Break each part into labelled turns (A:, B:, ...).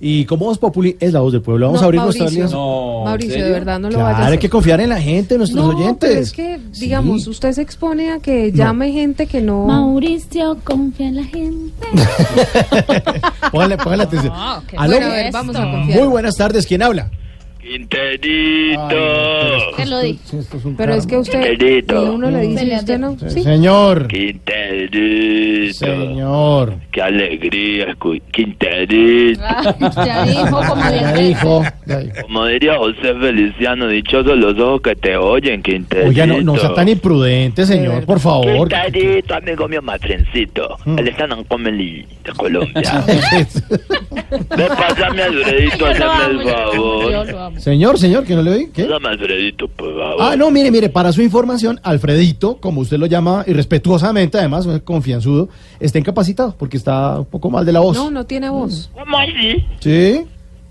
A: Y como Voz Populi es la voz del pueblo, vamos
B: No,
A: a abrir
B: Mauricio,
A: nuestras líneas.
C: No, ¿en
B: Mauricio, de
C: serio?
B: verdad no lo vayas a
A: Claro, hay
B: hacer.
A: que confiar en la gente, en nuestros
B: no,
A: oyentes.
B: pero es que,
A: Sí.
B: digamos, usted se expone a que llame gente que no...
D: Mauricio confía en la gente.
A: Póngale, póngale atención. Aló.
B: Ah, Bueno, a ver, vamos a confiar.
A: Muy buenas tardes, ¿quién habla?
E: Quinterito,
D: Te lo dije.
B: Pero es que usted,
E: Querido.
B: y uno le dice y
D: Peleas de-
B: usted no. Sí.
A: Señor,
E: Quinterito,
A: señor.
E: qué alegría, escu- Quinterito.
D: Ah. Ya dijo como
A: Ya
D: diez
A: dijo. ya dijo.
E: Como diría José Feliciano, dichosos los ojos que te oyen, Quinterito.
A: Oiga, no, no sea tan imprudente, señor, por favor.
E: Quinterito, amigo mío, matrencito.
A: Mm.
E: El están Comeli de Colombia. Ve, pásame a Alfredito,
D: Yo lo
E: hazme
D: amo,
E: el
D: yo
E: favor.
D: lo amo.
A: señor, señor, que no le oí. ¿Qué?
E: Pásame a Alfredito, por favor.
A: Ah, no, mire, mire, para su información, Alfredito, como usted lo llama irrespetuosamente, además, eh, confianzudo, está incapacitado porque está un poco mal de la voz.
B: No, no tiene voz.
E: ¿Cómo así?
A: Sí.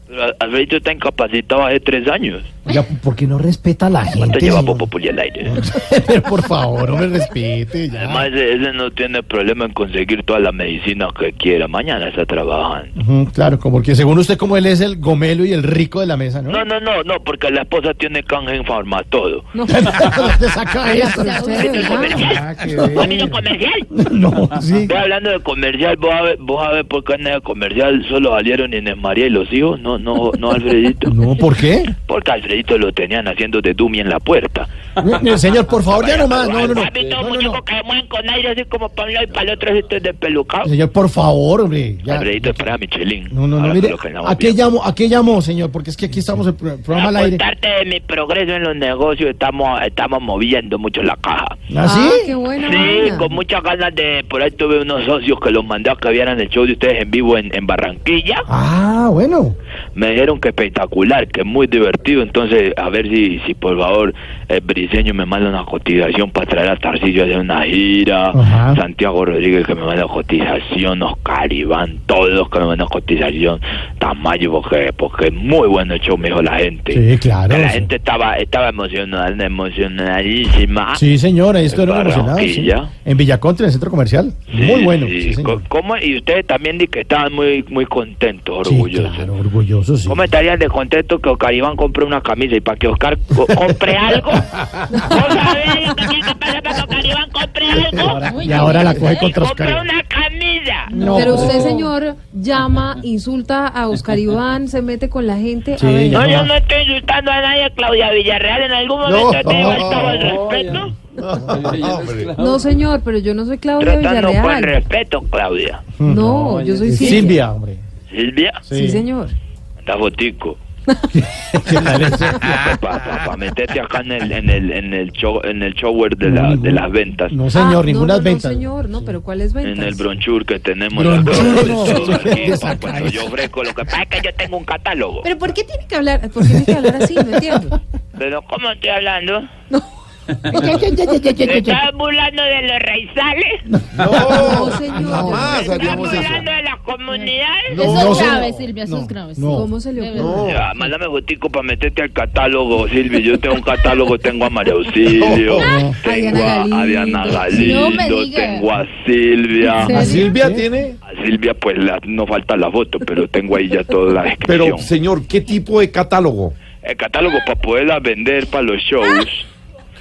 E: Pero Al- Alfredito está incapacitado hace tres años.
A: Oiga, ¿por qué no respeta a la gente?
E: ¿Cuánto lleva
A: señor?
E: Popopuli al
A: Ah,
E: aire?
A: Pero por favor, hombre, respete. ya.
E: Además, ese, ese no tiene problema en conseguir toda la medicina que quiera. Mañana está trabajando.
A: Ujú, claro, como porque según usted, como él es el gomelo y el rico de la mesa, ¿no?
E: No, no, no, no, porque la esposa tiene canje en farmatodo.
B: No.
A: ¿Ah, ¿Dónde saca eso?
B: Pero usted de verdad.
A: Ah, qué bien.
E: comercial?
A: No, sí.
E: Voy hablando de comercial, vos a ver, vos a ver por qué en el comercial solo salieron Inés María y los hijos, no, no, no Alfredito.
A: No, ¿por qué?
E: Porque Alfredito lo tenían haciendo de dummy en la puerta.
A: Eh, Señor, por favor, ya nomás. No, no, no.
E: ¿Has visto
A: No, no,
E: muchos
A: no.
E: que se mueven con aire así como para un lado y para el otro así de pelucado?
A: Señor, por favor, hombre. ya.
E: Alfredito, espera, Michelin.
A: No, no, no,
E: Ahora
A: mire,
E: colóquenla
A: ¿a qué
E: bien.
A: llamo, a qué llamo, señor? Porque es que aquí estamos en pro- programa al
E: Para
A: aire.
E: contarte de mi progreso en los negocios, estamos, estamos moviendo mucho la caja.
A: ¿Ah, sí?
B: Ah, qué buena
E: Sí,
B: vaina.
E: con muchas ganas de... Por ahí tuve unos socios que los mandé a que vieran el show de ustedes en vivo en, en Barranquilla.
A: Ah, bueno.
E: Me dijeron que espectacular, que muy divertido. Entonces, a ver si, si por favor el briseño me manda una cotización para traer a Tarcillo a hacer una gira.
A: Ajá.
E: Santiago Rodríguez que me manda cotización, Oscar Iván, todos que me mandan cotización. Tamayo, porque, porque es muy bueno el show, me dijo la gente.
A: Sí, claro.
E: Que la
A: sí.
E: gente estaba, estaba emocionada, emocionadísima.
A: Sí, señora, esto
E: En
A: era emocionado. sí.
E: Ah. Barranquilla.
A: En Villacontra, en el centro comercial.
E: Sí,
A: Muy bueno.
E: sí.
A: Sí, señor.
E: Co- ¿Cómo? Y ustedes también di que estaban muy, muy contentos, orgullosos.
A: Sí, claro, orgulloso, sí.
E: ¿Cómo estarían de contento que Oscar Iván compre una camisa y para que Oscar co- compre algo? ¿Vos sabés lo que tiene que pasar para que Oscar Iván compre
A: Y
E: algo?
A: ahora, y ahora la coge
E: Y
A: contra
E: compre
A: Oscar.
E: una camisa.
A: No.
B: Pero usted, señor, llama, insulta a Oscar Iván, se mete con la gente.
A: Sí,
B: a ver,
A: ya.
E: No, yo no estoy insultando a nadie, Claudia Villarreal. En algún
A: No,
E: momento te he
A: no,
E: faltado el
C: no,
E: respeto.
B: no, señor, pero yo no soy Claudia
E: Tratando con
B: Villarreal.
E: respeto, Claudia.
A: Mm.
B: No, yo soy Silvia.
A: Silvia, hombre.
E: Silvia,
B: Sí, señor.
E: da botico.
A: ¿Qué tal eso?
E: Para meterte acá en el, en el, en el, show, en el shower de, la, de las ventas.
A: No, señor,
B: Ah,
A: ninguna
B: no, no,
A: venta.
B: No, señor, no, pero ¿cuáles ventas?
E: En el bronchur que tenemos.
A: Bronchur,
E: acá,
A: no,
E: todo
A: eso
E: aquí,
A: es
E: papá,
A: sacar
E: eso yo
A: eso.
E: ofrezco. Lo que pasa es que yo tengo un catálogo.
B: Pero ¿por qué tiene que hablar, por qué tiene que hablar así? No entiendo.
E: Pero ¿cómo estoy hablando? ¿Te
A: No,
E: estás burlando de los raizales?
B: No, señor. yo no sé.
E: ¿Estás burlando de las comunidades?
D: Eso
A: no,
D: es grave,
A: señor.
D: Silvia, eso
A: No,
D: es grave. sí.
A: no.
B: ¿Cómo se le ocurre?
E: Ya, mándame botico para meterte al catálogo, Silvio. Yo tengo un catálogo, tengo a María Auxilio,
A: No.
E: tengo a,
B: Adriana
E: a Diana
D: Galindo. No me
E: Galindo,
D: diga.
E: tengo a Silvia.
A: ¿A
B: ¿En serio?
A: Silvia tiene?
E: A Silvia, pues la- no falta la foto, pero tengo ahí ya toda la descripción.
F: Pero, señor, ¿qué tipo de catálogo?
E: El catálogo para poderla vender para los shows.
F: Ah.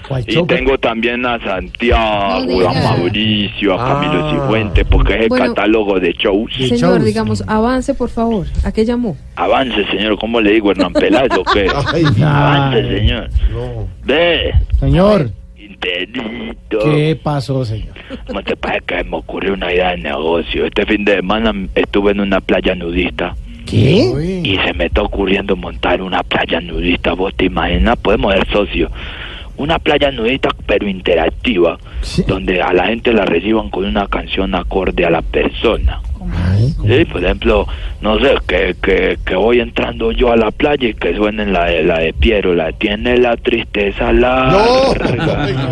A: ¿Cuál
E: Y
A: choco?
E: tengo también a
D: No
E: Santiago,
D: diga.
E: a Mauricio, a Camilo
F: Ah.
E: Cifuentes, porque es el
B: Bueno.
E: catálogo de shows.
A: de
B: Señor,
A: shows.
B: digamos, avance, por favor. ¿A qué llamó?
E: Avance, señor, ¿cómo le digo, Hernán Peláez o qué?
F: Ay,
E: Avance,
A: Ay.
E: señor.
F: no.
E: Ve,
A: Señor,
E: Quinterito.
A: ¿qué pasó, señor?
E: ¿Cómo te pasa que me ocurrió una idea de negocio? Este fin de semana estuve en una playa nudista
A: ¿Qué?
F: Uy.
E: y se me está ocurriendo montar una playa nudista. ¿Vos te imaginas? Podemos ser socios. Una playa nudista, pero interactiva,
A: Sí.
E: donde a la gente la reciban con una canción acorde a la persona. Sí, por ejemplo, no sé, que, que, que voy entrando yo a la playa y que suenen la de, la de Piero, la de tiene la tristeza larga.
F: No,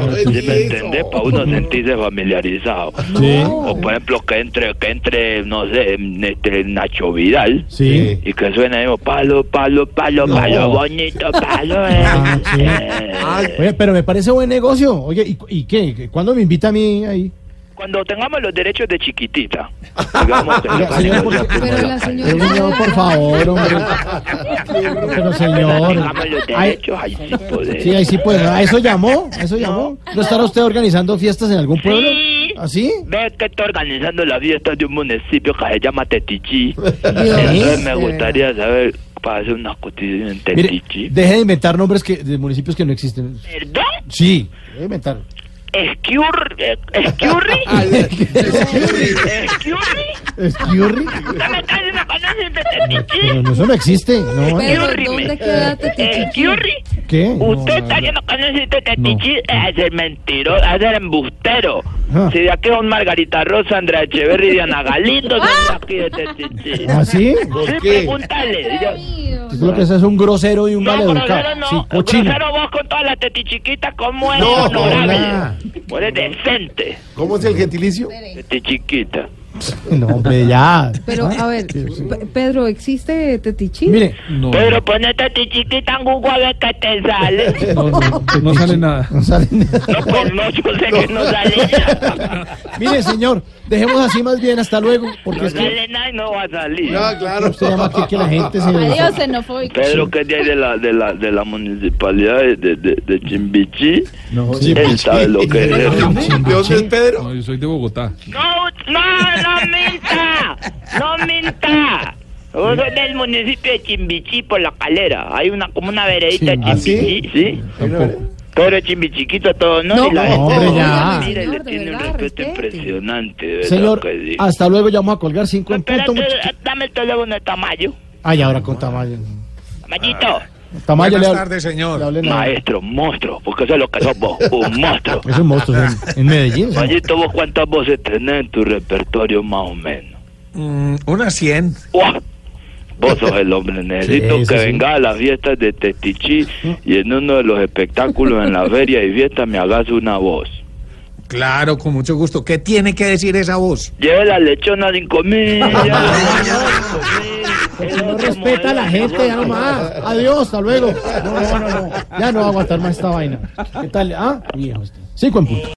F: no es
E: ¿Sí me
F: eso.
E: entendés? Para uno sentirse familiarizado. O por ejemplo, que entre, que entre no sé, este Nacho Vidal.
A: Sí.
E: Y que suena mismo palo, palo, palo, palo, bonito, palo. eh.
A: Ah, sí.
E: Eh,
A: Oye, pero me parece buen negocio. Oye, ¿y, y qué? ¿Cuándo me invita a mí ahí?
E: Cuando tengamos los derechos de chiquitita. digamos que
A: Oiga,
E: nos
A: señor,
E: ponemos
A: ¿por
E: ya
A: qué?
E: como
B: Pero la
E: la can-
A: Pero,
B: señora.
A: señor, por favor, hombre. Pero, señor.
E: Tengamos los
A: Ay,
E: derechos, ahí sí podemos.
A: sí, ahí sí puede. ¿A eso llamó? ¿A eso llamó? ¿No estará usted organizando fiestas en algún pueblo? ¿Ah,
E: Sí.
A: ¿Así?
E: Ve que está organizando la fiesta de un municipio que se llama Tetichi. Entonces me
B: de
E: gustaría saber para hacer una cotización en
A: Mire,
E: Tetichi.
A: deje de inventar nombres que, de municipios que no existen.
E: ¿Perdón?
A: Sí, deje de inventar.
E: ¿Escurri? eh, ¿Escurri? ¿Escurri?
A: ¿Esquiurri?
E: ¿Usted me está diciendo que no existe Tetichi?
A: Pero no, eso no existe. No,
B: Pero,
E: Esquiurri,
B: ¿dónde
E: me-
B: queda Tetichiqui?
E: ¿Esquiurri?
A: ¿Qué? No,
E: Usted
A: no,
E: está
A: no.
E: diciendo que no existe Tetichi, es el mentiroso, es el embustero.
A: Ah.
E: Si de aquí son Margarita Rosa, Andrea Echeverri y Diana Galindo, son
B: Ah.
E: de aquí de Tetichi.
A: ¿Ah, sí?
E: Sí, pregúntale. ya-
A: Tú lo que es es un grosero y un
E: No,
A: maleducado.
E: grosero no.
A: Sí, cochino.
E: Grosero vos con todas las tetichiquitas, ¿cómo eres?
F: No,
E: honorable?
A: hola.
E: Vos eres decente,
F: ¿Cómo es el gentilicio?
E: tetichiquita.
A: No, hombre, ya.
B: Pero, a ver, Pe- Pedro, ¿existe Tetichín?
A: Mire,
C: No,
E: Pero poné tetichiquita en Google a ver qué te sale.
C: no, no, no sale nada.
A: no sale nada.
E: No conozco, sé que no sale nada.
A: Mire, señor, dejemos así más bien. Hasta luego. Porque
E: No
A: es que
E: sale nada y no va a salir.
F: Ah, claro.
A: usted llama aquí que la gente se...
D: Adiós, xenofóbico.
E: Pedro, que de ahí de la, de la, de la municipalidad de, de, de- de Chimbichi,
A: No,
E: él sabe lo que es eso.
F: ¿De dónde es Pedro?
C: No, yo soy de Bogotá.
E: No, no, no minta, no minta. Yo soy del municipio de Chimbichí por la calera. Hay una como una veredita de
F: ¿Ah, sí?
E: Chimbichí, sí.
C: Tampoco.
E: Pero Chimbichiquito todo no,
B: No,
E: y la
B: no,
E: gente
A: hombre,
E: lo
A: ya.
E: mira y le
B: Señor, de
E: tiene un
B: verdad,
E: respeto
B: respete.
E: impresionante, de verdad
A: Señor,
E: que sí.
A: hasta luego. Ya vamos a colgar cinco en
E: Espérate,
A: punto. muchachos.
E: dame el teléfono de Tamayo.
A: Ay, ahora con Tamayo.
E: Tamayito,
A: Ah, Tamayo le
G: Buenas
A: hable-
G: tardes,
A: le
G: señor.
A: hable nada.
E: maestro, monstruo, porque eso es lo que sos vos, un monstruo.
A: Es un monstruo en, en Medellín. ¿sí?
E: Mayito, vos cuántas voces tenés en tu repertorio más o menos.
G: Mm, una 100.
E: ¡Uah! Vos sos el hombre, necesito
A: Sí, sí,
E: que
A: sí.
E: venga a las fiestas de Testichí y en uno de los espectáculos en la feria y fiesta me hagas una voz.
G: Claro, con mucho gusto. ¿Qué tiene que decir esa voz?
E: Lleve la lechona sin comida. lleve la lechona sin
A: Porque
E: comida.
A: no respeta a la gente, ya nomás. Adiós, hasta luego. No, no, no, no. Ya no va a aguantar más esta vaina. ¿Qué tal? Ah, viejo. usted. Cinco en punto.